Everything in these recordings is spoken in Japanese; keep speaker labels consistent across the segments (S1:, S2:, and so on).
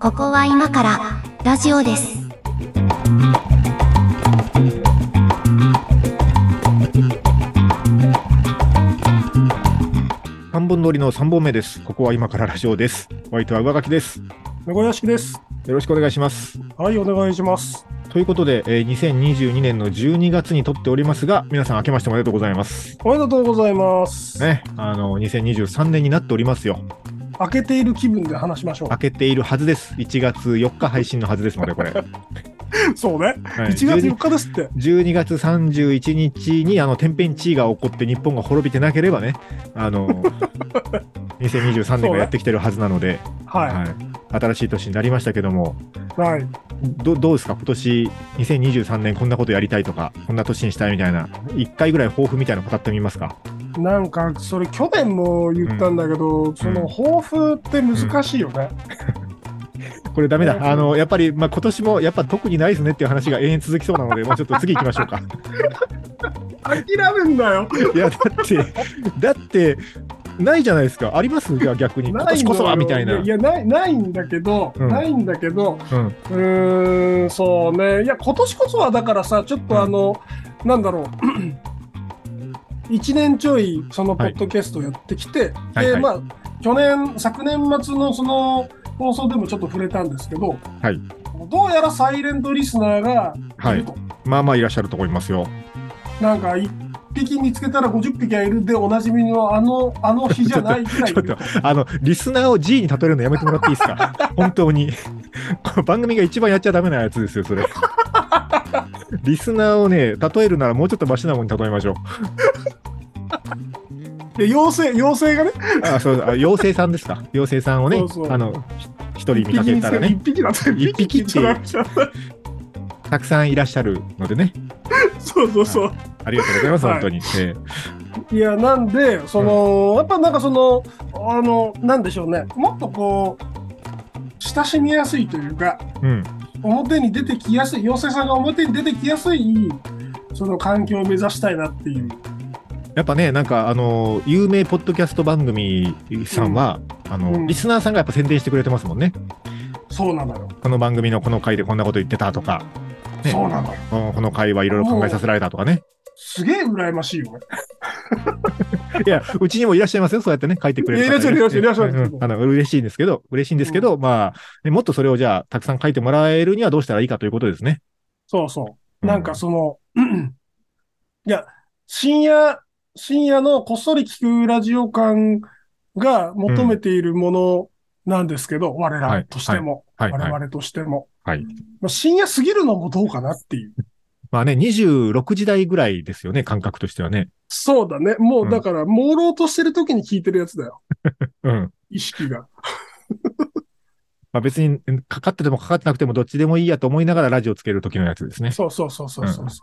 S1: ここは今からラジオです。
S2: 三本乗りの三本目です。ここは今からラジオです。お相手は上書きです。よ
S3: 猫屋敷です。
S2: ろしくお願いします。
S3: はい、お願いします。
S2: ということで、えー2022年の12月に撮っておりますが、皆さん明けましておめでとうございます。
S3: おめでとうございます。
S2: ね、あの、2023年になっておりますよ。
S3: 開けている気分で話しましょ。
S2: 明けているはずです。1月4日配信のはずですので、これ。はいう
S3: そうね。1月4日ですって。
S2: 12月31日にあの天変地異が起こって日本が滅びてなければね、あ の2023年がやってきてるはずなので、
S3: は
S2: はい、新しい年になりましたけども、
S3: い。はい。
S2: どどうですか、今年2023年こんなことやりたいとか、こんな年にしたいみたいな、1回ぐらい抱負みたいなの語ってみますか。
S3: なんか、それ去年も言ったんだけど、その抱負って難しいよね。
S2: これダメ
S3: う
S2: だ、
S3: ん
S2: あのやっぱり、まあ今年もやっぱ特にないですねっていう話が永遠続きそうなので、もうちょっと次行きましょう か。
S3: 諦めんだよ。
S2: いや、だって、だって、ないじゃないですか、ありますじゃあ逆に、今
S3: ない
S2: 年こそはみたいな。
S3: ややない、ないんだけど、
S2: うん
S3: ないんだけど、
S2: うん
S3: うーん、そうね。いや、今年こそはだからさ、ちょっとあの、なんだろう。1年ちょいそのポ
S2: はい
S3: ッドキャストやってきて、
S2: はいは
S3: で
S2: い
S3: まあ去年昨年末のその放送でもちょっと触れたんですけど、
S2: はい
S3: どうやらサイレントリスナーが
S2: はい
S3: る
S2: い
S3: と、、
S2: まあまあいらっしゃると思いますよ。
S3: なんか1匹見つけたら50匹がいるでおなじみのあのあの日じゃないくらいい
S2: ちょっ
S3: る
S2: と、あの、リスナーを G に例えるのやめてもらっていいです か本当に。この番組が一番やっちゃダメなやつですよ、それ。リスナーをね、例えるならもうちょっとマシなものに例えましょう。
S3: で妖精妖精がね
S2: あ、そうあ妖精さんですか妖精さんをね、
S3: そうそう
S2: あの、ひ一人見
S3: 1
S2: か
S3: 匹
S2: け
S3: 見つ
S2: た
S3: け
S2: ら
S3: て
S2: ね、
S3: 1匹だって
S2: 一匹って
S3: 言っちゃダメだ
S2: たくさんいらっしゃるのでね、
S3: そうそうそう
S2: ありがとうございます、
S3: はい
S2: 本当に。えー
S3: いやなんでその、やっぱなんかそのあのなんでしょうねもっとこう親しみやすいというか
S2: うん、
S3: 表に出てきやすい妖精さんが表に出てきやすいその環境を目指したいなっていう
S2: やっぱね、なんか、あの、有名ポッドキャスト番組さんは、あの、
S3: うん
S2: リスナーさんがやっぱ宣伝してくれてますもんね。
S3: そうなのよ、
S2: この番組のこの回でこんなこと言ってたとか、ね
S3: そうなのよ
S2: うんこの回はいろいろ考えさせられたとかね。
S3: すげえ羨ましいよね
S2: いや、うちにもいらっしゃいますよ、そうやってね、書いてくれる方ね。
S3: いやいらっしゃいいらっしゃいいらっしゃい
S2: うんあの、嬉しいんですけど、嬉しいんですけど、まあ、ねもっとそれをじゃあ、たくさん書いてもらえるにはどうしたらいいかということですね。
S3: そうそううんなんかその、いや深夜深夜のこっそり聞くラジオ感が求めているものなんですけど、我らとしても、
S2: はいはいはい
S3: 我々としても、
S2: はい
S3: まあ深夜過ぎるのもどうかなっていう
S2: まあね、26時代ぐらいですよね、感覚としてはね。
S3: そうだねも
S2: う
S3: うんだから朦朧としてる時に聞いてるやつだよ
S2: うん。
S3: 意識が
S2: まあ別に、かかっててもかかってなくてもどっちでもいいやと思いながらラジオつける時のやつですね。
S3: そうそうそうそうそうそ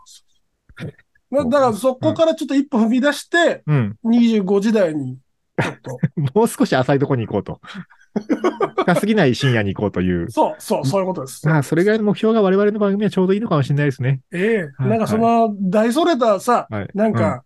S2: う
S3: う、
S2: ん
S3: なだからそこからちょっと一歩踏み出して、
S2: うん。
S3: 25時代に、ちょっと、
S2: もう少し浅いとこに行こうと。 深すぎない深夜に行こうという。
S3: そうそう、そういうことです。
S2: まあ、それぐらいの目標が我々の番組はちょうどいいのかもしれないですね。
S3: ええ
S2: はい
S3: なんかその、大それたさ、
S2: はい。
S3: なんか、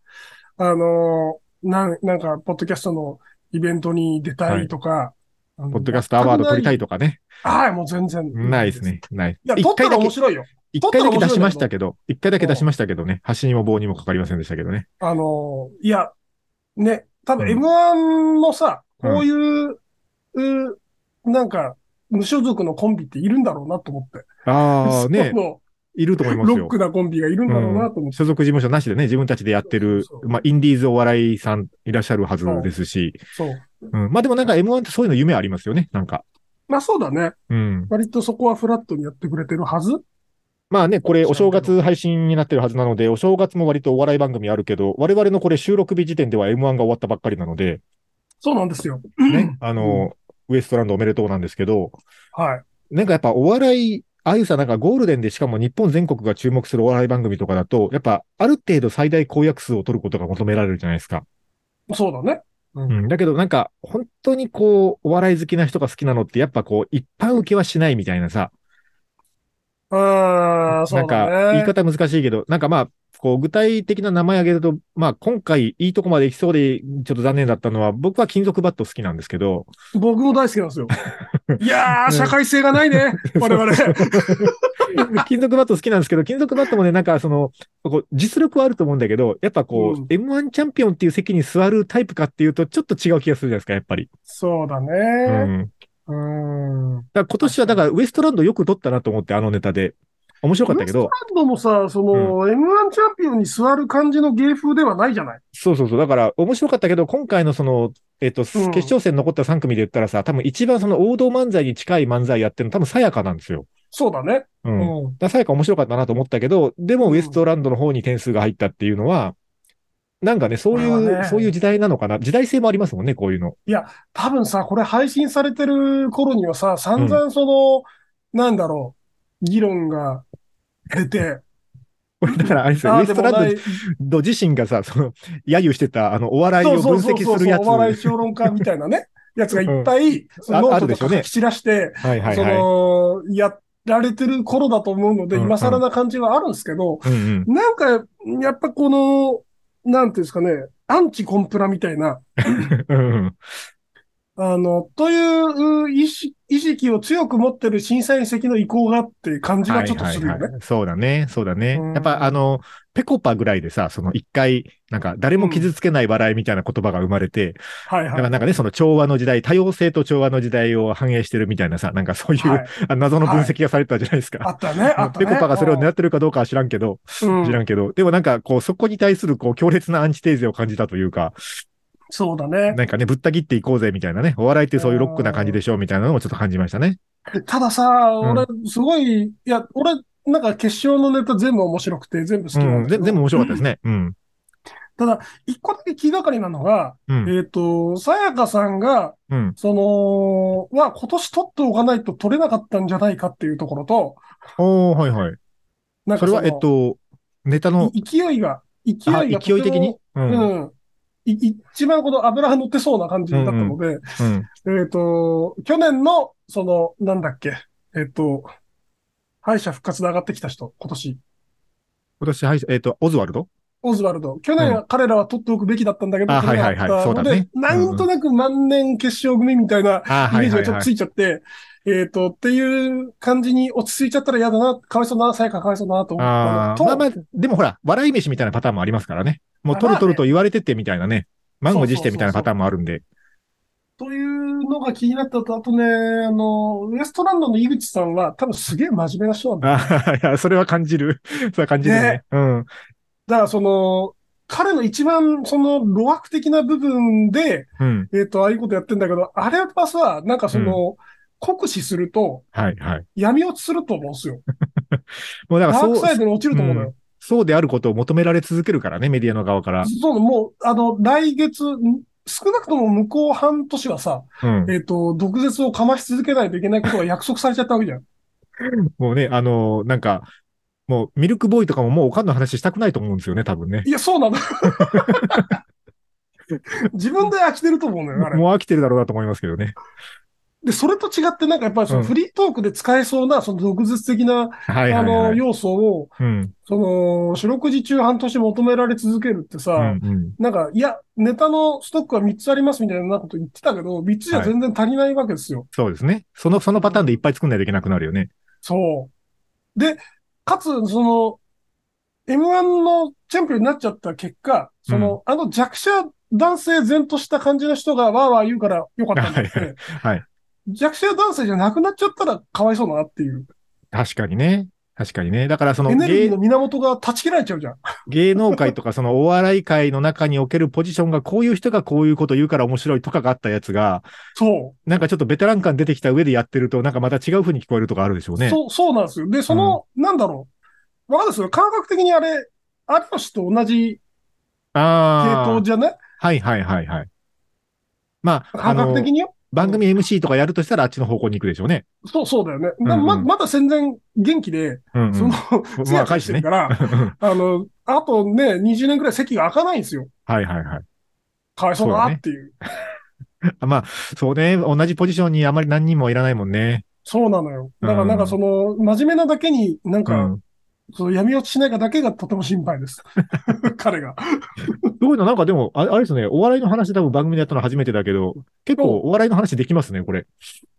S3: あのーなん、なんか、ポッドキャストのイベントに出たいとか、
S2: うん、ポッドキャストアワード取りたいとかね。
S3: あのはい、もう全然。
S2: ないですね。ない。
S3: いや、
S2: 一
S3: 撮った
S2: 回
S3: ら
S2: だけ
S3: 面白いよ。
S2: 一回だけ出しましたけど、一回だけ出しましたけどね、橋にも棒にもかかりませんでしたけどね。
S3: あのーいや、ね、多分
S2: うん
S3: M1 もさ、
S2: うん
S3: こういう、うなんか、無所属のコンビっているんだろうなと思って。
S2: ああ、ね
S3: そ、の
S2: いると思います
S3: ロッ
S2: よ
S3: ク。なコンビがいるんだろうなと思って。
S2: 所属事務所なしでね、自分たちでやってる
S3: そうそ、う
S2: まあ、インディーズお笑いさんいらっしゃるはずですし、
S3: そう。
S2: うん、まあでもなんか M1 ってそういうの夢ありますよね、なんか。
S3: まあそうだね。
S2: うん。
S3: 割とそこはフラットにやってくれてるはず。
S2: まあね、これお正月配信になってるはずなので、お正月も割とお笑い番組あるけど、我々のこれ収録日時点では M1 が終わったばっかりなので、
S3: そうなんですよ。
S2: ね、あの、ウエストランドおめでとうなんですけど、
S3: はい。
S2: なんかやっぱお笑い、ああいうさ、なんかゴールデンでしかも日本全国が注目するお笑い番組とかだと、やっぱある程度最大公約数を取ることが求められるじゃないですか。
S3: そうだね。
S2: うん。だけどなんか本当にこう、お笑い好きな人が好きなのってやっぱこう、一般受けはしないみたいなさ、
S3: ああ、そ
S2: な
S3: うんだ
S2: か言い
S3: ね。
S2: 方難しいけど、なんかまあ、こう具体的な名前挙げると、まあ今回いいとこまで行きそうで、ちょっと残念だったのは、僕は金属バット好きなんですけど、
S3: 僕も大好きなんですよ。 いやー、社会性がないね、我々。
S2: 金属バット好きなんですけど、金属バットもね、なんかその、こう実力はあると思うんだけど、やっぱこう、
S3: うん
S2: M1 チャンピオンっていう席に座るタイプかっていうと、ちょっと違う気がするじゃないですか、やっぱり。
S3: そうだ
S2: う
S3: ね。
S2: ん。だか
S3: うん。
S2: ら今年は、だからウエストランドよく取ったなと思って、あのネタで。面白かったけ
S3: ウエ
S2: ど、
S3: ストランドもさ、その、M1 チャンピオンに座る感じの芸風ではないじゃない。
S2: そうそうそう。だから面白かったけど、今回のその、えっ、と、
S3: うん
S2: 決勝戦残った3組で言ったらさ、多分一番その王道漫才に近い漫才やってるの多分さやかなんですよ。
S3: そうだね。
S2: う。
S3: うん
S2: だか
S3: ん。
S2: らさやか面白かったなと思ったけど、でも
S3: うん
S2: ウエストランドの方に点数が入ったっていうのは、なんかね、そうい
S3: これは
S2: う、
S3: ね
S2: そういう時代なのかな。時代性もありますもんね、こういうの。
S3: 多分さ、これ配信されてる頃にはさ、散々その、なんだろう、議論が出て、
S2: これだからあれですよ、
S3: あ
S2: ウ
S3: あ
S2: エ
S3: で
S2: スト
S3: も
S2: ラ
S3: な
S2: ン
S3: い、
S2: ド自身がさ、その、揶揄してた、あの、お笑い
S3: そう
S2: を
S3: そ
S2: 分
S3: うそうそ
S2: 析する
S3: うそう、
S2: や
S3: お
S2: つ。
S3: 笑い評論家みたいなね、やつがいっぱい、その
S2: あ
S3: ノ
S2: あ
S3: ー
S2: る
S3: ト
S2: で
S3: と
S2: しょ
S3: か
S2: うね
S3: 書き散らして、
S2: はいはい
S3: そ
S2: は
S3: の、やられてる頃だと思うので、
S2: うんうん
S3: 今更な感じはあるんですけど、
S2: い。うんうん。
S3: なんか、やっぱこの、なんていうんですかね、アンチコンプラみたいな、
S2: うんうん。
S3: あの、という意識意識を強く持ってる審査員席の意向があって感じはちょっとするよね。
S2: い。そうだね。そうだね
S3: うん。
S2: やっぱあの、ペコパぐらいでさ、その一回、なんか誰も傷つけない笑いみたいな言葉が生まれて、
S3: はい
S2: だ
S3: は
S2: か
S3: い。
S2: らなんかね、その調和の時代、多様性と調和の時代を反映してるみたいなさ、なんかそういう、
S3: はい
S2: あ謎の分析がされてたじゃないですか。
S3: あったね、あっ た
S2: ペ
S3: ね。
S2: コパがそれを狙ってるかどうかは知らんけど、
S3: うん
S2: 知らんけど、でもなんかこう、そこに対するこう、強烈なアンチテーゼを感じたというか、
S3: そうだね。
S2: なんかね、ぶった切っていこうぜみたいなね、お笑いってそういうロックな感じでしょみたいなのもちょっと感じましたね。
S3: たださ、
S2: うん
S3: 俺、すごい、いや、俺、なんか決勝のネタ全部面白くて、全部好
S2: う
S3: きな
S2: ん、
S3: んだけ
S2: ぜ
S3: ど
S2: 全部面白かったですね。うん。
S3: ただ、一個だけ気がかりなのが、
S2: うん。
S3: えっと、さやかさんが、
S2: うん。
S3: その、は、今年取っておかないと取れなかったんじゃないかっていうところと、
S2: おー、はいはい。
S3: なん
S2: そ
S3: か
S2: れ
S3: そ
S2: は、えっ
S3: の、
S2: と、ネタの、
S3: い勢いが、勢い
S2: あ
S3: がとて
S2: 勢い的
S3: も
S2: にうん。
S3: うん。い一番この油が乗ってそうな感じだったので、
S2: うん。
S3: えっ、と、去年の、その、なんだっけ、えっ、と、敗者復活で上がってきた人、今年、
S2: 今年敗者、えっ、と、オズワルド
S3: オズワルド。去年は彼らは取っておくべきだったんだけど、
S2: あ
S3: 取れなかった
S2: はいはいはいそうだ
S3: ので、
S2: ねうんうん
S3: なんとなく万年決勝組みたいな
S2: あ
S3: イメージがちょっとついちゃって、えっ、と、っていう感じに落ち着いちゃったら嫌だな、かわいそうだな、さやかかわいそうだなと思
S2: あ
S3: っ
S2: ー
S3: た
S2: まあ
S3: の
S2: ま
S3: と、
S2: あ、でもほら、笑い飯みたいなパターンもありますからね。もう、
S3: あ
S2: 取
S3: ま
S2: る
S3: あね
S2: 取ると言われてってみたいなね。満を持してみたいな
S3: そうそうそうそう
S2: パターンもあるんで。
S3: というのが気になったと、あとね、あの、ウエストランドの井口さんは多分すげえ真面目な人なんだよ
S2: ああ、いや、それは感じる。 それは感じるね。
S3: ね
S2: うん。
S3: だからその、彼の一番その露悪的な部分で、
S2: うん。
S3: えっ、と、ああいうことやってんだけど、あれはさ、なんかその、酷使すると
S2: はい、はい。
S3: 闇落ちすると思うんですよ。
S2: もうだ
S3: ダ
S2: から
S3: ー
S2: そ
S3: クサイ
S2: う、
S3: ドに落ちると思うのよ。
S2: そうであることを求められ続けるからね、メディアの側から。
S3: そう、もう、あの、来月、ん少なくとも向こう半年はさ、
S2: うん。
S3: えっ、と、毒舌をかまし続けないといけないことが約束されちゃったわけじゃん。
S2: もうね、あのーなんか、もう、ミルクボーイとかももうおかんの話したくないと思うんですよね、多分ね。
S3: いや、そう なの。自分で飽きてると思うのよ、あれ。
S2: もう飽きてるだろうなと思いますけどね。
S3: で、それと違って、なんかやっぱりその
S2: うん
S3: フリートークで使えそうな、その毒舌的な、
S2: はい
S3: あ
S2: はい
S3: の、
S2: はい。
S3: 要素を、
S2: うん。
S3: その、四六時中半年求められ続けるってさ、
S2: うんうん。
S3: なんか、いや、ネタのストックは3つありますみたいなこと言ってたけど、3つじゃ全然足りないわけですよ。
S2: そうですね。その、そのパターンでいっぱい作んないといけなくなるよね。
S3: そう。で、かつ、その、M1 のチャンピオンになっちゃった結果、その、あの弱者男性全とした感じの人がわーわー言うからよかったんだっ
S2: はいは
S3: て、
S2: はい。
S3: 弱者男性じゃなくなっちゃったらかわいそうだなっていう、
S2: 確かにね。確かにね。だからその
S3: エネルギー
S2: 芸
S3: の源が断ち切られちゃうじゃん。
S2: 芸能界とかそのお笑い界の中におけるポジションがこういう人がこういうこと言うから面白いとかがあったやつが、
S3: そう。
S2: なんかちょっとベテラン感出てきた上でやってると、なんかまた違う風に聞こえるとかあるでしょうね。
S3: そう、そうなんですよ。で、その、なんだろう。わかるんですよ。感覚的にあれ、有吉と同じ系
S2: あ
S3: 統じゃね
S2: あ。はいはいはいはい。まあ、あ
S3: 感覚
S2: の、
S3: 的によ。
S2: 番組 MC とかやるとしたらあっちの方向に行くでしょうね。
S3: そう、そうだよね。だま
S2: うんうん
S3: まだ全然元気で、
S2: うん、うん。
S3: その、つやつ
S2: 若
S3: や
S2: い
S3: し
S2: してね
S3: るから、あの、あとね、20年くらい席が開かないんですよ。
S2: はいはいはい。
S3: かわいそうだなっていう。
S2: あまあ、そうね。同じポジションにあまり何人もいらないもんね。
S3: そうなのよ。だからなん
S2: う
S3: か
S2: ん
S3: その、真面目なだけになん
S2: う
S3: か、
S2: ん。
S3: その闇落ちしないかだけがとても心配です。 彼が。
S2: どういうのなんかでも、ああれですね、お笑いの話多分番組でやったの初めてだけど、結構お笑いの話できますね、これ。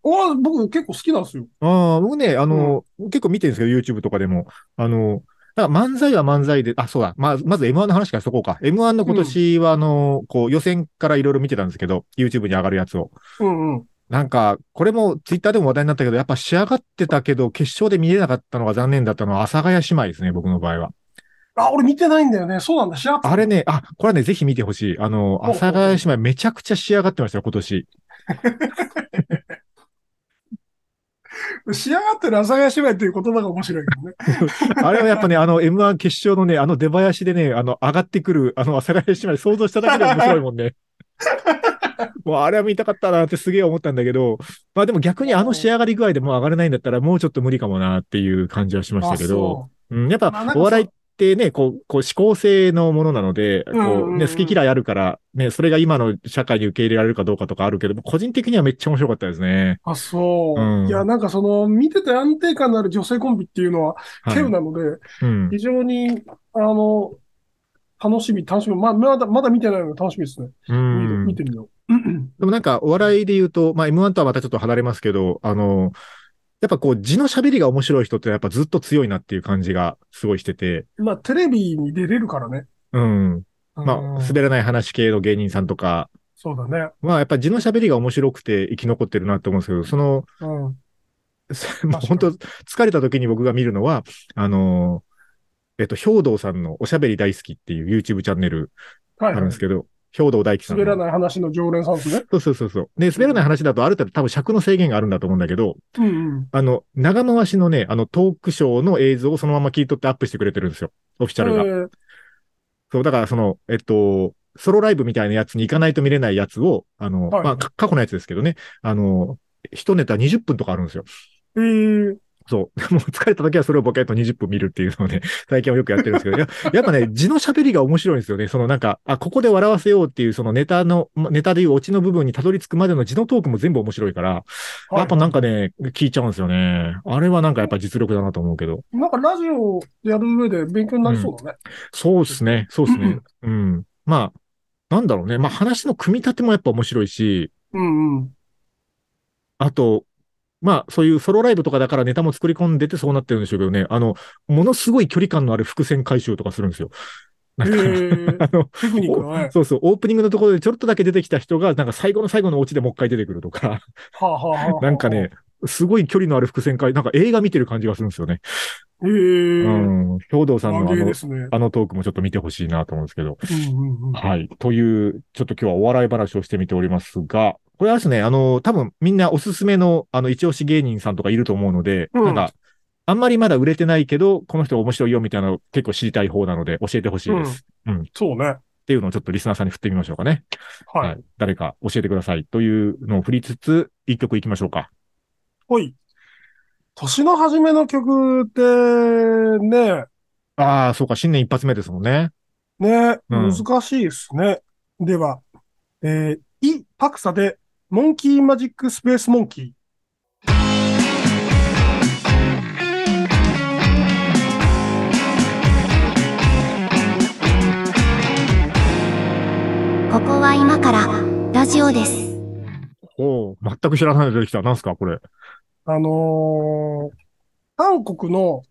S3: お僕結構好きなんですよ。
S2: ああ、僕ね、あの、結構見てるんですけど、YouTube とかでも。あの、なんか漫才は漫才で、あ、そうだ、まあ、まず M1 の話からそこうか。M1 の今年は、あの、こう予選からいろいろ見てたんですけど、YouTube に上がるやつを。
S3: うんうん。
S2: なんか、これも Twitter でも話題になったけど、やっぱ仕上がってたけど、決勝で見れなかったのが残念だったのは、阿佐ヶ谷姉妹ですね、僕の場合は。
S3: あ、俺見てないんだよね。そうなんだ。知らなかった
S2: あれね、あ、これはね、ぜひ見てほしい。あの、
S3: お
S2: 阿佐ヶ谷姉妹めちゃくちゃ仕上がってましたよ、今年。
S3: 仕上がってる阿佐ヶ谷姉妹っていう言葉が面白いけどね。
S2: あれはやっぱね、あの M1 決勝のね、あの出囃子でね、あの上がってくる、あの阿佐ヶ谷姉妹想像しただけで面白いもん ね。もうあれは見たかったなってすげえ思ったんだけど、まあでも逆にあの仕上がり具合でもう上がれないんだったらもうちょっと無理かもなっていう感じはしましたけど、う
S3: あ
S2: ん、やっ
S3: そうまあ
S2: ぱ
S3: なんか
S2: お笑いってね、こう、こう、指向性のものなので、こ
S3: んうんうん
S2: う、ね、好き嫌いあるから、ね、それが今の社会に受け入れられるかどうかとかあるけど、個人的にはめっちゃ面白かったですね。
S3: あ、そう。
S2: うん
S3: いや、なんかその、見てて安定感のある女性コンビっていうのは、
S2: はい
S3: 稀有なので、
S2: うん。
S3: 非常に、あの、楽しみ、楽しみ。ま、まだ、まだ見てないので楽しみですね。
S2: う
S3: 見
S2: ん
S3: る見てみよう。うん
S2: でもなんか、お笑いで言うと、まあ、M1 とはまたちょっと離れますけど、あの、やっぱこう、字の喋りが面白い人ってやっぱずっと強いなっていう感じがすごいしてて、
S3: まあ、テレビに出れるからね。
S2: うん。まあ
S3: うん、
S2: 滑らない話系の芸人さんとか、
S3: そうだね。
S2: まあ、やっぱ字の喋りが面白くて生き残ってるなと思うんですけど、その、
S3: うん。
S2: そもう本当疲れた時に僕が見るのは、あの、えっと、兵道さんのおしゃべり大好きっていう YouTube チャンネル
S3: は
S2: あ
S3: い
S2: る
S3: は
S2: ん
S3: い
S2: で。すけど、兵道大輝さん
S3: 滑
S2: の
S3: らない話の常連さんですね。
S2: そうそうそうそう。で、滑らない話だとある程度多分尺の制限があるんだと思うんだけど、
S3: うんうん。
S2: あの、長回しのね、あの、トークショーの映像をそのまま切り取ってアップしてくれてるんですよ。オフィシャルが。
S3: えー
S2: そう、だからその、えっと、ソロライブみたいなやつに行かないと見れないやつを、あの、
S3: はい
S2: まあ、か過去のやつですけどね、あの、一ネタ20分とかあるんですよ。
S3: えー
S2: そう。 もう疲れた時はそれをボケっと20分見るっていうのをね、最近はよくやってるんですけど、や やっぱね、字の喋りが面白いんですよね。そのなんか、あ、ここで笑わせようっていう、そのネタの、まネタでいうオチの部分にたどり着くまでの字のトークも全部面白いから、
S3: はい
S2: やっぱなんかね、聞いちゃうんですよね。あれはなんかやっぱ実力だなと思うけど。
S3: なんかラジオやる上で勉強になりそうだね。
S2: そうですね。そうですね。うん。まあ、なんだろうね。まあ話の組み立てもやっぱ面白いし、
S3: うんうん。
S2: あと、まあそういうソロライブとかだからネタも作り込んでてそうなってるんでしょうけどね。あの、ものすごい距離感のある伏線回収とかするんですよ。 な
S3: え
S2: んか、
S3: ー、
S2: あの、
S3: テクニックだね。
S2: そうそう、オープニングのところでちょっとだけ出てきた人が、なんか最後の最後のオチでもう一回出てくるとか、
S3: はあ、はあはあはあ
S2: なんかね、すごい距離のある伏線回、なんか映画見てる感じがするんですよね。
S3: えー、
S2: うん。兵道さん
S3: あ
S2: のあ
S3: げ
S2: の
S3: で、すね。
S2: あのトークもちょっと見てほしいなと思うんですけど。
S3: うんうんうん。
S2: はい。という、ちょっと今日はお笑い話をしてみておりますが、これはですね、あの、多分みんなおすすめの、あの、一押し芸人さんとかいると思うので、
S3: うん
S2: なんか、あんまりまだ売れてないけど、この人面白いよみたいなの結構知りたい方なので、教えてほしいです。っ
S3: そうね。
S2: ていうのをちょっとリスナーさんに振ってみましょうかね。
S3: はい。。
S2: 誰か教えてくださいというのを振りつつ、一曲いきましょうか。
S3: ほい。年の初めの曲って、ね、
S2: ああ、そうか、新年一発目ですもんね。
S3: ね、
S2: うん
S3: 難しいですね。では、えー、イ・パクサで、モンキーマジックスペースモンキー。
S1: ここは今からラジオです。
S2: おお、全く知らないの出てきた。なんすか、これ。
S3: あのー、韓国の、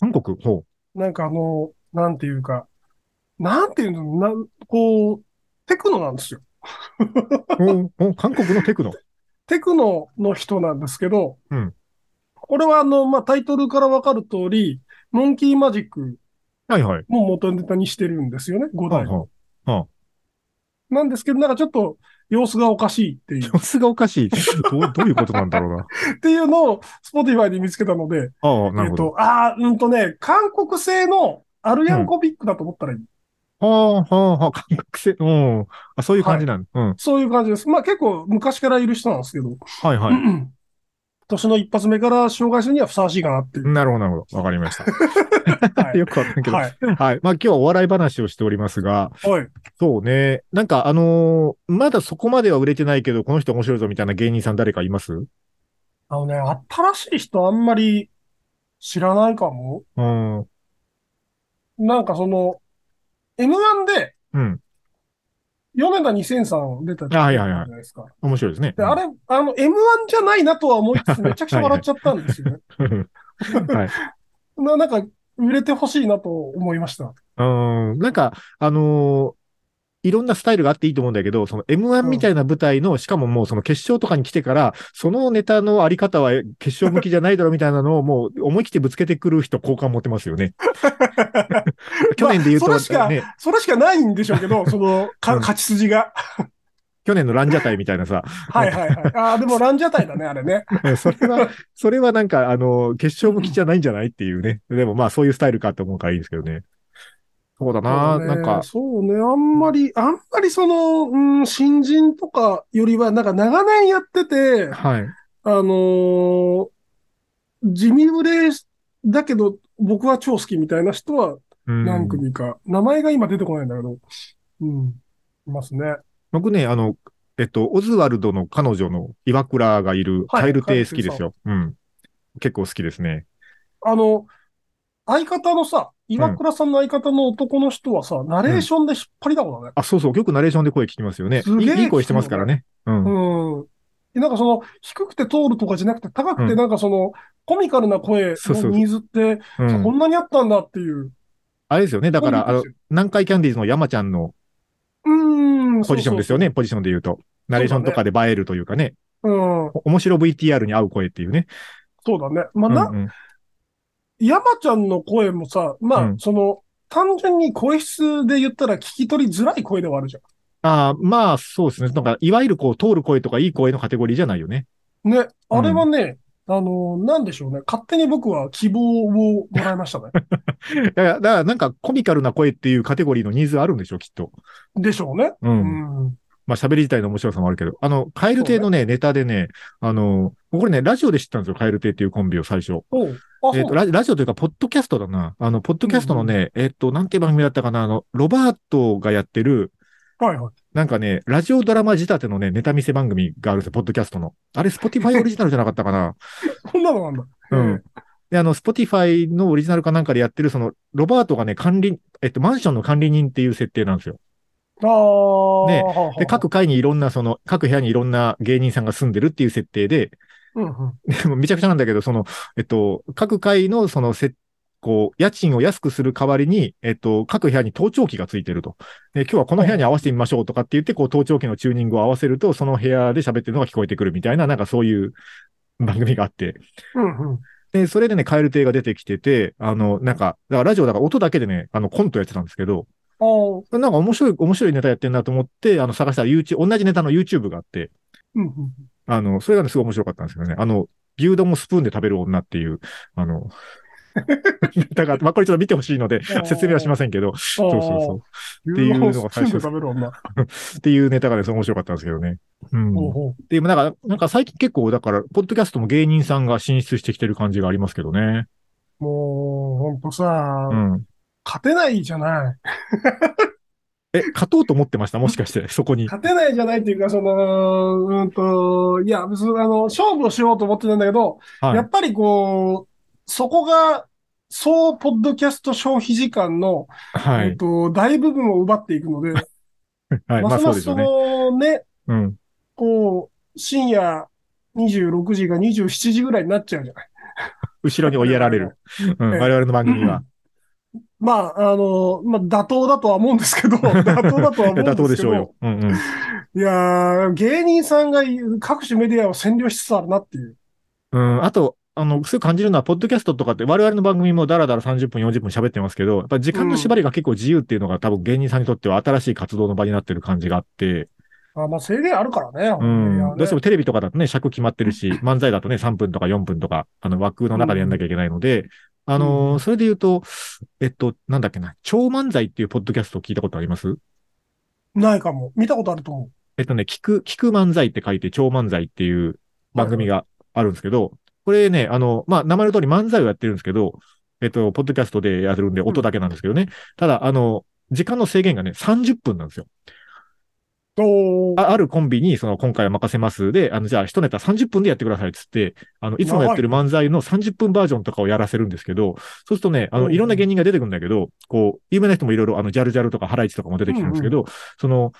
S2: 韓国ほ
S3: なんかあの、なんていうか、なんていうの、な、こう、テクノなんですよ。
S2: う。おうおう韓国のテクノ。
S3: テクノの人なんですけど、
S2: うん
S3: これはあの、まあ、タイトルからわかる通り、モンキーマジック
S2: はいはい。
S3: も元ネタにしてるんですよね、5
S2: はい
S3: 代。
S2: はい。
S3: なんですけど、なんかちょっと様子がおかしいっていう、
S2: 様子がおかしい。ど うどういうことなんだろうな。
S3: っていうのを Spotify で見つけたので、
S2: ああ、なる
S3: えっ
S2: ほど。
S3: と、ああ、うんとね、韓国製のアルヤンコビックだと思ったらいい。
S2: はあ、はあ、はあ、韓国製。うん。あ、そういう感じなんだ。うん。
S3: そういう感じです。まあ結構昔からいる人なんですけど、
S2: はいは
S3: 年の一発目から紹介するにはふさわしいかなっていう。
S2: い。なるほど、なるほど。わかりました。
S3: は い。
S2: よくわかんないけど。
S3: は
S2: はいい。。まあ今日はお笑い話をしておりますが、
S3: はい。
S2: そうね。なんかあのーまだそこまでは売れてないけど、この人面白いぞみたいな芸人さん誰かいます
S3: あのね、新しい人あんまり知らないかも。
S2: うん。
S3: なんかその、M1 で、
S2: うん。
S3: 米田2003出たじゃ
S2: はいはいはい。
S3: ないですか。
S2: 面白いですね。
S3: で、あれ、あの、M1 じゃないなとは思いつつ、めちゃくちゃ笑っちゃったんですよね。
S2: うんはい。
S3: ななんか、売れてほしいなと思いました。
S2: うん。なんか、あのーいろんなスタイルがあっていいと思うんだけど、その M1 みたいな舞台の、しかももうその決勝とかに来てから、そのネタのあり方は決勝向きじゃないだろうみたいなのをもう思い切ってぶつけてくる人好感持ってますよね。 去年で言うと、
S3: まあそれしか
S2: ね、
S3: それしかないんでしょう けど、その、か
S2: うん
S3: 勝ち筋が。
S2: 去年のランジャタイみたいなさ、
S3: はいはいはい。あ あ、でもランジャタイだね、あれね。
S2: それは、それはなんか、あの、決勝向きじゃないんじゃないっていうね。でもまあそういうスタイルかと思うからいいですけどね。そうだな、
S3: そうね
S2: なんか、
S3: そうね、あんまり、あんまりその、うん、新人とかよりは、なんか長年やってて、
S2: はい。
S3: あのー地味売れだけど、僕は超好きみたいな人は
S2: うん
S3: 何組か、名前が今出てこないんだけど、うん、いますね。
S2: 僕ね、あの、えっと、オズワルドの彼女の岩倉がいる、
S3: はい
S2: カエル亭好きですよ。うん。結構好きですね。
S3: あの、相方のさ、岩倉さんの相方の男の人はさ、ナレーションで引っ張りだこだね。
S2: あ、そうそう、よくナレーションで声聞きますよね。
S3: すげえ
S2: いいいい声してますからね。うん。
S3: うん。なんかその、低くて通るとかじゃなくて、高く
S2: う
S3: て
S2: ん
S3: なんかその、コミカルな声
S2: そうそうそ
S3: の
S2: う
S3: ニーズって、
S2: う
S3: こ
S2: ん。
S3: んなにあったんだっていう。
S2: あれですよね。だから、あの、南海キャンディーズの山ちゃんの
S3: うん、
S2: ポジションですよね。ポジションで言うと。ナレーションとかで映えるというかね。
S3: そうそう。うん、
S2: お面白 VTR に合う声っていうね。
S3: そうだね。まあ、
S2: うん
S3: な、
S2: うん
S3: 山ちゃんの声もさ、まあ
S2: う、ん
S3: その、単純に声質で言ったら聞き取りづらい声ではあるじゃ
S2: ああ、まあ、そうですね。なんか、いわゆるこう、通る声とかいい声のカテゴリーじゃないよね。
S3: ん。ね、あれはね、あの、なんでしょうね。勝手に僕は希望をもらいましたね。
S2: だから、だからなんかコミカルな声っていうカテゴリーのニーズあるんでしょ、きっと。
S3: でしょうね。
S2: う。
S3: うんん。
S2: まあ、喋り自体の面白さもあるけど、あの、カエル亭のね、ネタでね、あの、これね、ラジオで知ったんですよ、カエル亭っていうコンビを最初。
S3: おうあ、
S2: えっ、
S3: そう
S2: とラジ、ラジオというか、ポッドキャストだな。あの、ポッドキャストのね、えっ、と、なんていう番組だったかな、あの、ロバートがやってる、
S3: はいはい。
S2: なんかね、ラジオドラマ仕立てのね、ネタ見せ番組があるんですよ、ポッドキャストの。あれ、スポティフ ァイオリジナルじゃなかったかな。
S3: こんなのなんだ。
S2: うん。で、あの、スポティファイのオリジナルかなんかでやってる、その、ロバートがね、管理、えっと、マンションの管理人っていう設定なんですよ。
S3: ああ。
S2: ね
S3: はあはあ
S2: で、各階にいろんな、その、各部屋にいろんな芸人さんが住んでるっていう設定で、
S3: うんうん。
S2: でもめちゃくちゃなんだけど、その、えっと、各階の、その、せ、こう、家賃を安くする代わりに、えっと、各部屋に盗聴器がついてると。で、今日はこの部屋に合わせてみましょうとかって言って、こう、盗聴器のチューニングを合わせると、その部屋で喋ってるのが聞こえてくるみたいな、なんかそういう番組があって。
S3: うんうん。
S2: で、それでね、カエル亭が出てきてて、あの、なんか、だからラジオだから音だけでね、あの、コントやってたんですけど、
S3: ああ。
S2: なんか面白い、面白いネタやってんなと思って、あの、探したら YouTube、同じネタの YouTube があって、
S3: うんうん。
S2: あの、それがね、すごい面白かったんですよね。あの、牛丼をスプーンで食べる女っていう、あ の、だから、まあ、これちょっと見てほしいので、
S3: ー
S2: 説明はしませんけど、
S3: そ
S2: そうそうそう。
S3: う
S2: っていうのが最初です
S3: 食べる女。
S2: っていうネタがね、すごい面白かったんですけどね。うん。
S3: ほうほう
S2: でもなんか、なんか最近結構、だから、ポッドキャストも芸人さんが進出してきてる感じがありますけどね。
S3: もう、ほんとさ
S2: う、ん。
S3: 勝てないじゃない。
S2: え、勝とうと思ってましたもしかして、そこに。
S3: 勝てないじゃないっていうか、その、うんと、いや、別にあの、勝負をしようと思ってたんだけど、
S2: はい
S3: やっぱりこう、そこが、総ポッドキャスト消費時間の、
S2: は
S3: えっ
S2: い。
S3: と、大部分を奪っていくので、
S2: はい。ま
S3: ま
S2: あ、
S3: す
S2: そ
S3: ま
S2: うですしょ
S3: そ
S2: ね。
S3: うのね、
S2: うん。
S3: こう、深夜26時が27時ぐらいになっちゃうじゃない。
S2: 後ろに追いやられる。うん。
S3: ええ
S2: 我々の番組は。
S3: まあ、あの、まあ、妥当だとは思うんですけ ど、妥当だとは思うんですけど。
S2: 妥当でしょうよ。うんうん。
S3: いやー、芸人さんが各種メディアを占領しつつあるなっていう。
S2: うん、あと、あの、すごい感じるのは、ポッドキャストとかって、我々の番組もだらだら30分、40分喋ってますけど、やっぱ時間の縛りが結構自由っていうのが、多分芸人さんにとっては新しい活動の場になってる感じがあって、
S3: あまあ、制限あるからね。
S2: うん。どうして
S3: も。
S2: もテレビとかだとね、尺決まってるし、漫才だとね、3分とか4分とか、あの、枠の中でやんなきゃいけないので、あのーそれで言うと、えっと、なんだっけな、超漫才っていうポッドキャストを聞いたことあります
S3: ないかも。見たことあると思
S2: えっとね、聞く、聞く漫才って書いて、超漫才っていう番組があるんですけど、これね、あの、まあ、名前の通り漫才をやってるんですけど、えっと、ポッドキャストでやってるんで、音だけなんですけどね。ただ、あの、時間の制限がね、30分なんですよ。
S3: おー
S2: ああるコンビに、その、今回は任せます。で、あの、じゃあ、一ネタ30分でやってくださいっつって、あの、いつもやってる漫才の30分バージョンとかをやらせるんですけど、そうするとね、あ
S3: う
S2: の、
S3: ん
S2: いろんな芸人が出てくるんだけど、こう、有名な人もいろいろ、あの、ジャルジャルとかハライチとかも出てきてるんですけど、その、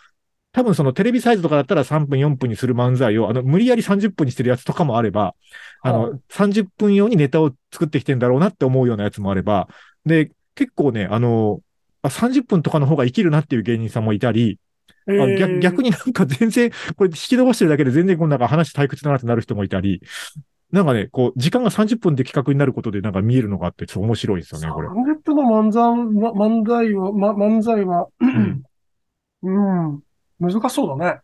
S2: 多分そのテレビサイズとかだったら3分4分にする漫才を、あの、無理やり30分にしてるやつとかもあれば、あ
S3: は
S2: の、30分用にネタを作ってきてんだろうなって思うようなやつもあれば、で、結構ね、あの、あ30分とかの方が生きるなっていう芸人さんもいたり、
S3: え
S2: あ
S3: ー
S2: 逆逆になんか全然、これ引き伸ばしてるだけで全然このなんか話退屈だなってなる人もいたり、なんかね、こう、時間が30分で企画になることでなんか見えるのがあって、ちょっと面白いですよね、これ。
S3: 30分の漫才は、漫才は、ま、漫才は、うん、難しそうだね。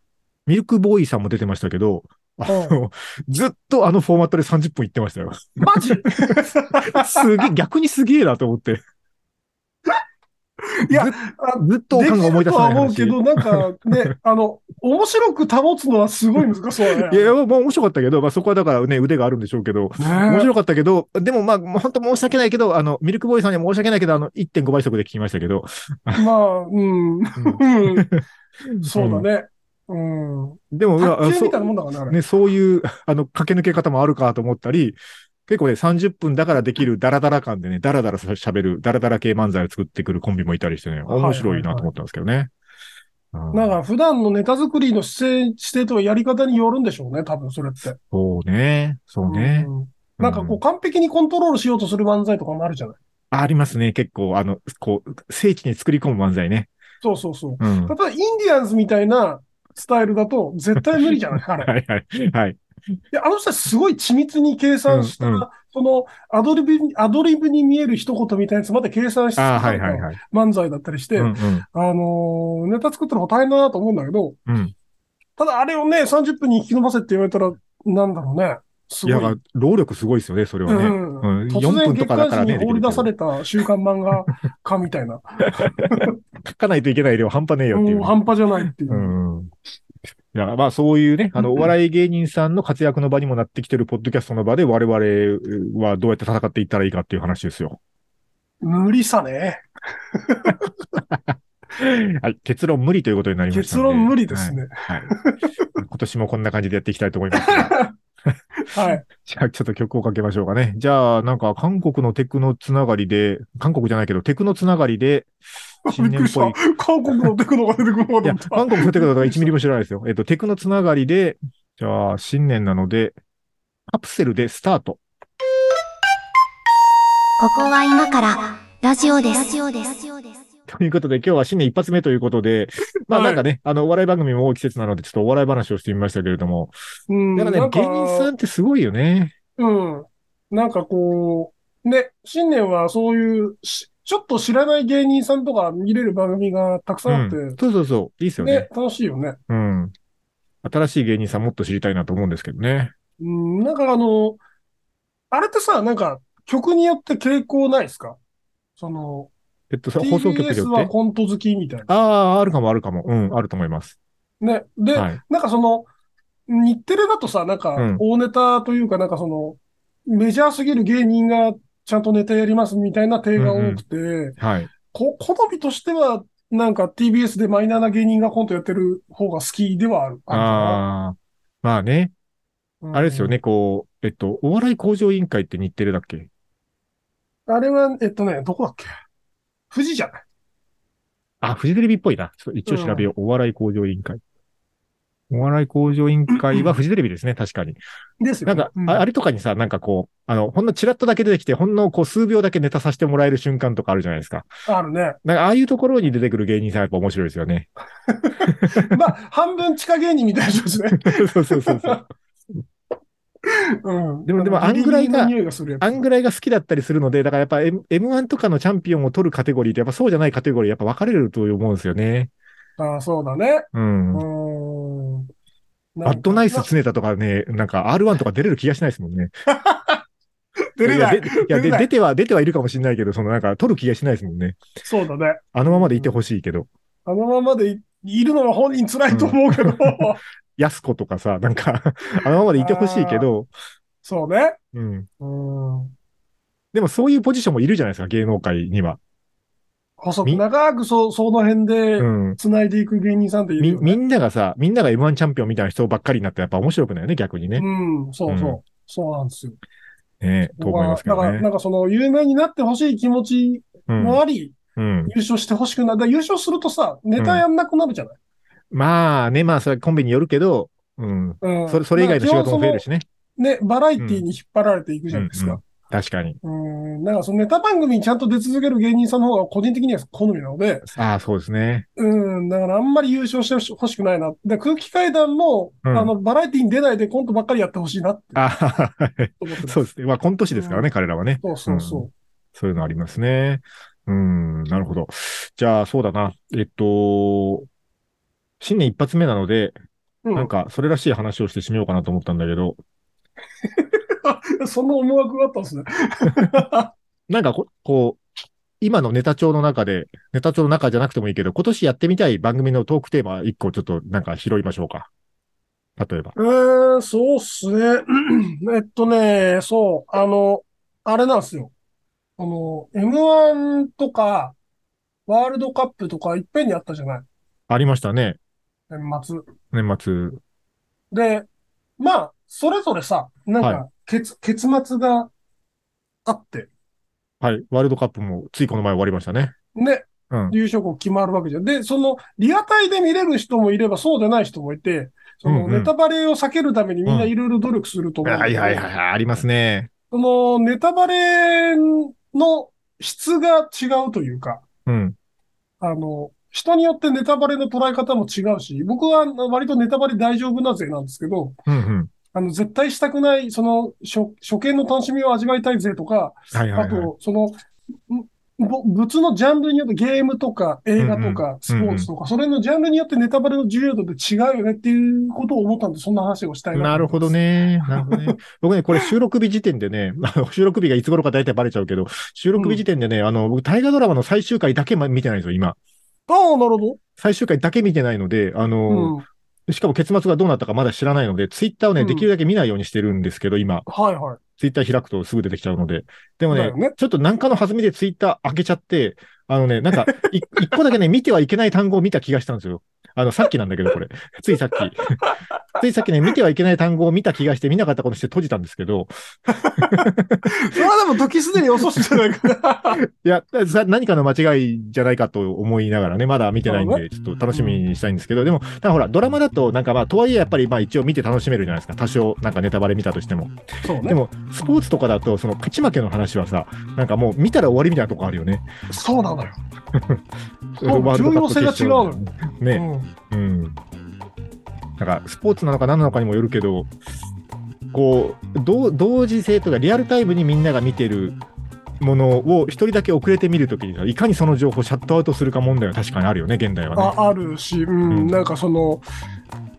S2: ミルクボーイさんも出てましたけど、あ の、ずっとあのフォーマットで30分いってましたよ。
S3: マジ
S2: すげえ、逆にすげえなと思って。
S3: いや
S2: ずっ
S3: あ
S2: ずっとおかんが思い出さない
S3: でき
S2: 話。
S3: るとは思うけど、なんか ね、あの、面白く保つのはすごい難しそうだ
S2: い
S3: ね。
S2: や、まあ面白かったけど、まあそこはだからね、腕があるんでしょうけど、面
S3: ね
S2: 白かったけど、でもまあ、もう本当申し訳ないけど、あの、ミルクボーイさんには申し訳ないけど、あの、1.5倍速で聞きましたけど、
S3: まあ、うん、うん、そうだね。うん。
S2: でも、まあ
S3: 卓球
S2: そ
S3: みたいなもんだからねあれ。
S2: ね、そういう、 あの、駆け抜け方もあるかと思ったり、結構ね、30分だからできるダラダラ感でね、ダラダラ喋る、ダラダラ系漫才を作ってくるコンビもいたりしてね、
S3: いはい
S2: 面白いなと思ったんですけどね。うん
S3: なんか普段のネタ作りの姿勢、姿勢とかやり方によるんでしょうね、多分それって。
S2: そうね、そうね。
S3: うんなんかこ
S2: う
S3: う完璧にコントロールしようとする漫才とかもあるじゃない。
S2: ありますね、結構、あの、こう、聖地に作り込む漫才ね。
S3: そうそうそう。
S2: うん。は
S3: 例えばインディアンスみたいなスタイルだと絶対無理じゃない、あれ。
S2: い はい、はい。
S3: で、あの人たちすごい緻密に計算した、
S2: うんうん
S3: そのアドリブに、アドリブに見える一言みたいなやつまで計算して
S2: あー
S3: 作
S2: は
S3: る
S2: いはいはい。
S3: 漫才だったりして、
S2: うんうん
S3: あのーネタ作ったのが大変だなと思うんだけど、
S2: うん。
S3: ただあれをね、30分に引き伸ばせって言われたら、なんだろうね。す
S2: い
S3: ごい。
S2: や、労力すごいですよね、それは
S3: う
S2: ね。
S3: ん
S2: うん4分
S3: 突然
S2: と
S3: 月
S2: かだから
S3: 刊誌
S2: ね
S3: に放り出された週刊漫画家みた いな。
S2: 書かないといけない量半端ねえよっていう
S3: もう
S2: ね。
S3: 半端じゃないっていうう。
S2: んうん。いや、まあそういうね、あの、
S3: う
S2: お
S3: ん
S2: 笑い芸人さんの活躍の場にもなってきてるポッドキャストの場で我々はどうやって戦っていったらいいかっていう話ですよ。
S3: 無理さね。
S2: はい、結論無理ということになりました
S3: 結
S2: ので。
S3: 論無理ですね。
S2: はい。はい。今年もこんな感じでやっていきたいと思い ますが。
S3: はい。
S2: じゃあちょっと曲をかけましょうかね。じゃあなんか韓国のテクノつながりで、韓国じゃないけどテクノつながりで、
S3: びっくりし
S2: い
S3: た。韓国のテクノが出てくるのかと
S2: い
S3: 思
S2: や、
S3: った。
S2: 韓国のテクノとか1ミリも知らないですよ。えっと、テクノつながりで、じゃあ、新年なので、カプセルでスタート。
S1: ここは今からラジオです。ラジオです。
S2: ということで、今日は新年一発目ということ で、まあ
S3: はい
S2: なんかね、あの、お笑い番組も多い季節なので、ちょっとお笑い話をしてみましたけれども、
S3: うん
S2: だから
S3: な
S2: ね、
S3: んか
S2: 芸人さんってすごいよね。
S3: うん。なんかこう、ね、新年はそういうし、ちょっと知らない芸人さんとか見れる番組がたくさ
S2: うん
S3: あっ
S2: ん
S3: て、。
S2: そうそうそう。いいですよ
S3: ね
S2: ね。、
S3: 楽しいよね。
S2: うん。新しい芸人さんもっと知りたいなと思うんですけどね。
S3: うん、なんかあの、あれってさ、なんか曲によって傾向ないですかその、
S2: えっと、それ放送局に
S3: TBS
S2: よっ
S3: は
S2: て。
S3: コント好きみたい
S2: ああ、あるかもあるかも。うん、あると思います。
S3: な。ね。で、
S2: はい。
S3: なんかその、日テレだとさ、なんか
S2: うん
S3: 大ネタというか、なんかその、メジャーすぎる芸人がちゃんとネタやりますみたいな手が多くて、
S2: はい。
S3: こ、好みとしては、なんか TBS でマイナーな芸人がコントやってる方が好きではある。
S2: ああ。まあね、
S3: あ
S2: あれですよ。ね、こう、えっと、お笑い向上委員会って日テレだっけ
S3: うんあれは、えっとね、どこだっけ富士じゃない
S2: あ、フジテレビっぽいな。ちょっと一応調べよう。お笑い向上委員会。お笑い向上委員会 はフジテレビですね、確かに。
S3: です
S2: な
S3: よ
S2: ん
S3: ね
S2: か、
S3: う
S2: ああれとかにさ、なんかこう、あの、ほんのチラッとだけ出てきて、ほんのこう数秒だけネタさせてもらえる瞬間とかあるじゃないですか。
S3: あるね。
S2: なんか、ああいうところに出てくる芸人さんやっぱ面白いですよ ね。
S3: まあ、半分地下芸人みたいな人ですね。
S2: そうそうそうそう。
S3: うん。
S2: でもでも
S3: あの
S2: あんぐらいが
S3: ギリギリの匂いがするやつ
S2: あんぐらいが好きだったりするので、だからやっぱ M- M1 とかのチャンピオンを取るカテゴリーって、やっぱそうじゃないカテゴリーやっぱ分かれると思うんですよね。
S3: ああ、そうだね。
S2: うん。
S3: うん。
S2: バッドナイス
S3: なんか
S2: 常ネタとかね、なんか R1 とか出れる気がしないですもんね。
S3: 出れない
S2: い。や、で
S3: 出れ
S2: いやで
S3: ない
S2: 出ては、出てはいるかもしれないけど、そのなんか、取る気がしないですもんね。
S3: そうだね。
S2: あのままでいてほしいけど。
S3: あのままでいいるのは本人辛いと思うけど。
S2: やす子とかさ、なんか、 あのままでいてほしいけど、
S3: そうね。
S2: うん。
S3: うん。
S2: でもそういうポジションもいるじゃないですか、芸能界には。
S3: 細く長くそ、その辺で
S2: うん。
S3: 繋いでいく芸人さんっている
S2: み、
S3: よね
S2: みんながさ、みんなが M1 チャンピオンみたいな人ばっかりになったらやっぱ面白くないよね、逆にね。
S3: うん、そうそう。
S2: うん
S3: そうなんですよ。
S2: ねと思いますけど
S3: だから、な
S2: ね
S3: ん。かその、有名になってほしい気持ち
S2: うん
S3: もあり、
S2: うん。
S3: 優勝してほしくない。だから優勝するとさ、ネタやんなくなるじゃない、
S2: まあね、まあそれはコンビによるけど、うん。
S3: うん
S2: それ、それ以外の仕事も増えるしね。
S3: ね、バラエティに引っ張られていくじゃないですか。
S2: 確かに。
S3: うん、なんかそのネタ番組にちゃんと出続ける芸人さんの方が個人的には好みなので、
S2: ああ、そうですね。
S3: うん、だからあんまり優勝してほしくないな。で空気階段も、
S2: うん
S3: あの、バラエティに出ないでコントばっかりやってほしいなって
S2: ああ、
S3: 思ってま す。
S2: そうですね。まあ、コント師ですからね、彼らはね。
S3: そうそうそ
S2: そういうのありますね。うん、なるほど。じゃあ、そうだな。えっと、新年一発目なので、
S3: う。うん
S2: なんか、それらしい話をしてしめようかなと思ったんだけど、
S3: そん な思惑があったんですね。
S2: なんかこ、こう、今のネタ帳の中で、ネタ帳の中じゃなくてもいいけど、今年やってみたい番組のトークテーマ一個ちょっとなんか拾いましょうか。例えば。
S3: えー、そうっすね。 えっとね、そう、あの、あれなんですよ。あの、M1 とか、ワールドカップとかいっぺんにあったじゃない
S2: ありましたね。
S3: 年末。
S2: 年末。
S3: で、まあ、それぞれさ、なん
S2: は
S3: か、結、結末があって、
S2: はい。ワールドカップもついこの前終わりましたね。
S3: ね、
S2: うん。
S3: 優勝校決まるわけじゃん。で、その、リアタイで見れる人もいれば、そうでない人もいて、そ
S2: う
S3: の、
S2: んうん
S3: ネタバレを避けるためにみんないろいろ努力すると思うんだ
S2: は
S3: け
S2: い
S3: ど
S2: はいはいはい。ありますね。
S3: その、ネタバレの質が違うというか、
S2: うん。
S3: あの、人によってネタバレの捉え方も違うし、僕はあの割とネタバレ大丈夫なぜなんですけど、
S2: うんうん。
S3: あの、絶対したくない、その、初、初見の楽しみを味わいたいぜとか、
S2: はいはい
S3: あ
S2: はい。
S3: と、その、んぼ物のジャンルによってゲームとか映画とかスポーツとか、それのジャンルによってネタバレの重要度って違うよねっていうことを思ったんで、そんな話をしたいな
S2: な
S3: と
S2: る
S3: 思
S2: ほ
S3: い
S2: ど
S3: ます。
S2: ね。なるほどね。僕ね、これ収録日時点で ね、あの収録日がいつ頃か大体バレちゃうけど、収録日時点でね、あの、僕、大河ドラマの最終回だけま見てないんですよ、今。
S3: ああ、なるほ
S2: 最終回だけ見てないので、あの、
S3: ど。うん。
S2: しかも結末がどうなったかまだ知らないので、ツイッターをね、
S3: うん
S2: できるだけ見ないようにしてるんですけど、今。
S3: はいはい。
S2: ツイッター開くとすぐ出てきちゃうので。でも
S3: だ
S2: ね
S3: よ、ね
S2: ちょっとなんかの弾みでツイッター開けちゃって、あのね、なんか、 い一個だけね、見てはいけない単語を見た気がしたんですよ。あの、さっきなんだけど、これ。 ついさっき。ついさっきね、見てはいけない単語を見た気がして、見なかったことして閉じたんですけど、
S3: それはでも時すでに遅しじゃないかな。
S2: いや、さ何かの間違いじゃないかと思いながらね、まだ見てないん
S3: なる
S2: で、ちょっと楽しみにしたいんですけど、でも、ただほら、ドラマだと、なんかまあ、とはいえやっぱり、まあ一応見て楽しめるじゃないですか。多少、なんかネタバレ見たとしても。
S3: そう
S2: で
S3: ね。
S2: も、スポーツとかだと、その勝ち負けの話はさ、なんかもう見たら終わりみたいなとこあるよね。
S3: そうなのよ。そう
S2: ワールドカップ
S3: 重要性が違うの
S2: 決勝
S3: う
S2: ね。
S3: ん。
S2: うん。なんか、スポーツなのか何なのかにもよるけど、こう、同同時性とか、リアルタイムにみんなが見てるものを一人だけ遅れて見るときにさ、いかにその情報をシャットアウトするか問題は確かにあるよね、現代はね。
S3: ああるし、うん、
S2: うん
S3: なんかその、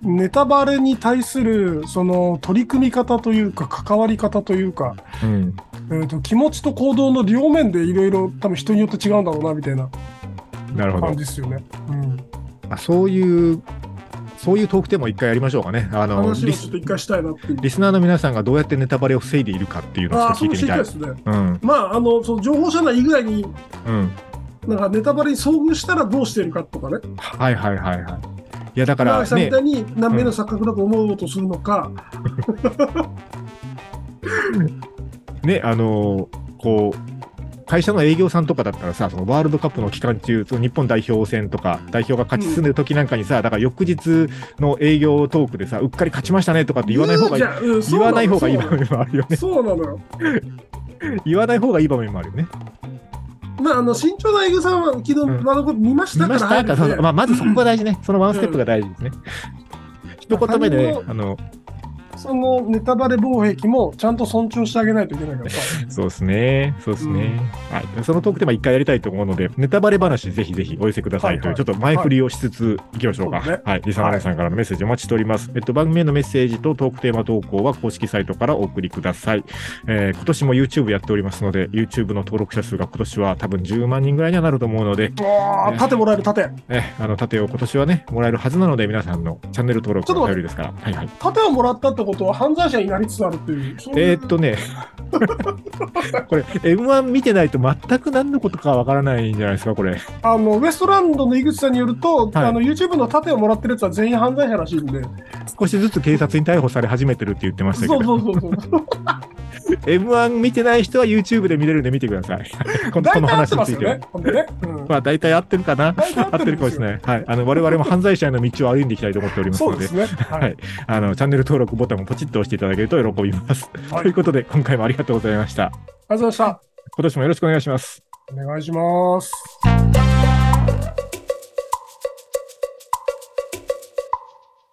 S3: ネタバレに対する、その、取り組み方というか、関わり方というか、
S2: うん。
S3: えー、と気持ちと行動の両面でいろいろ多分人によって違うんだろうなみたいな
S2: なるほ
S3: 感
S2: ど
S3: じ。ですよね。うん、
S2: まあ、そういう、そういうトークテーマを一回やりましょうかね。あの、
S3: 話を
S2: リ
S3: ちょ
S2: ス
S3: っと一回したいなっていう。
S2: リスナーの皆さんがどうやってネタバレを防いでいるかっていうのをちょ
S3: ああ、
S2: っと聞い
S3: そう
S2: て
S3: して
S2: みた
S3: いきたい
S2: い。
S3: ですね。
S2: うん。
S3: まあ、あの、その情報社内以外に、
S2: うん。
S3: なんかネタバレに遭遇したらどうしてるかとかね。
S2: はいはいはいはい。いや、だか
S3: 長
S2: ら
S3: 井さんみ
S2: ね
S3: た、いに何目の錯覚だと思うとするのか、
S2: ね、あのーこう、会社の営業さんとかだったらさ、そのワールドカップの期間中、その日本代表戦とか、代表が勝ち進んでる時なんかにさ、だから翌日の営業トークでさ、うっかり勝ちましたねとかって言わない方がいい。
S3: 言うじゃんうんそう
S2: 言わない方がいい
S3: な
S2: 場
S3: のよ
S2: 面もあるよね。
S3: そうなのよ。
S2: 言わない方がいい場面もあるよね。
S3: まあ、あの、身長大工さんは昨日、
S2: ん
S3: まだこれ見まし
S2: 見
S3: た
S2: ま
S3: か
S2: し
S3: ら
S2: た
S3: 入
S2: か
S3: る
S2: そ
S3: ん
S2: う
S3: で
S2: そうまあ、まずそこが大事ね。そのワンステップが大事ですね。一言目でね
S3: 他人、の
S2: あの、
S3: そのネタバレ防壁もちゃんと尊重してあげないといけない からさ。
S2: そうですね。そうですね。はい。そのトークテーマ一回やりたいと思うので、ネタバレ話ぜひぜひお寄せくださいという、
S3: はいはい
S2: ちょっと前振りをしつついきましょうか。
S3: そうですね
S2: はい。リサナーの皆さんからのメッセージお待ちしております。えっと、番組へのメッセージとトークテーマ投稿は公式サイトからお送りください。えー今年も YouTube やっておりますので、YouTube の登録者数が今年は多分10万人ぐらいにはなると思うので、
S3: ああ、盾もらえる盾。
S2: えあの、盾を今年はね、もらえるはずなので、皆さんのチャンネル登録
S3: ちょ
S2: が
S3: っと待
S2: 頼り
S3: って
S2: ですから。はいはい。
S3: 盾をもらったってことことは犯罪者になりつつあるという、そうい
S2: え
S3: う
S2: ーっと ね、これ、M1 見てないと全く何のことかわからないんじゃないですか、これ。
S3: あの、ウエストランドの井口さんによる
S2: は
S3: と、
S2: い
S3: あの、YouTube の盾をもらってるやつは全員犯罪者らしいんで、
S2: 少しずつ警察に逮捕され始めてるって言ってましたけ
S3: そう
S2: ど、
S3: そうそうそう。
S2: M1 見てない人は YouTube で見れるんで見てくだ さい。この
S3: 大
S2: この
S3: 体合っ
S2: 話
S3: て
S2: に
S3: ま
S2: つ
S3: す
S2: い
S3: よ
S2: ては
S3: ね。。ほんでね。うん
S2: まあ、大体合ってるかな
S3: 大体
S2: 合ってるかもしれない。はい。あの、我々も犯罪者への道を歩んでいきたいと思っております
S3: そう
S2: の
S3: で
S2: で、
S3: すね。は
S2: はいい。あの、チャンネル登録ボタンもポチッと押していただけると喜びます。
S3: はい
S2: ということで、今回もありがとうございました。
S3: ありがとうございました。
S2: 今年もよろしくお願いします。
S3: お願いします。
S1: 「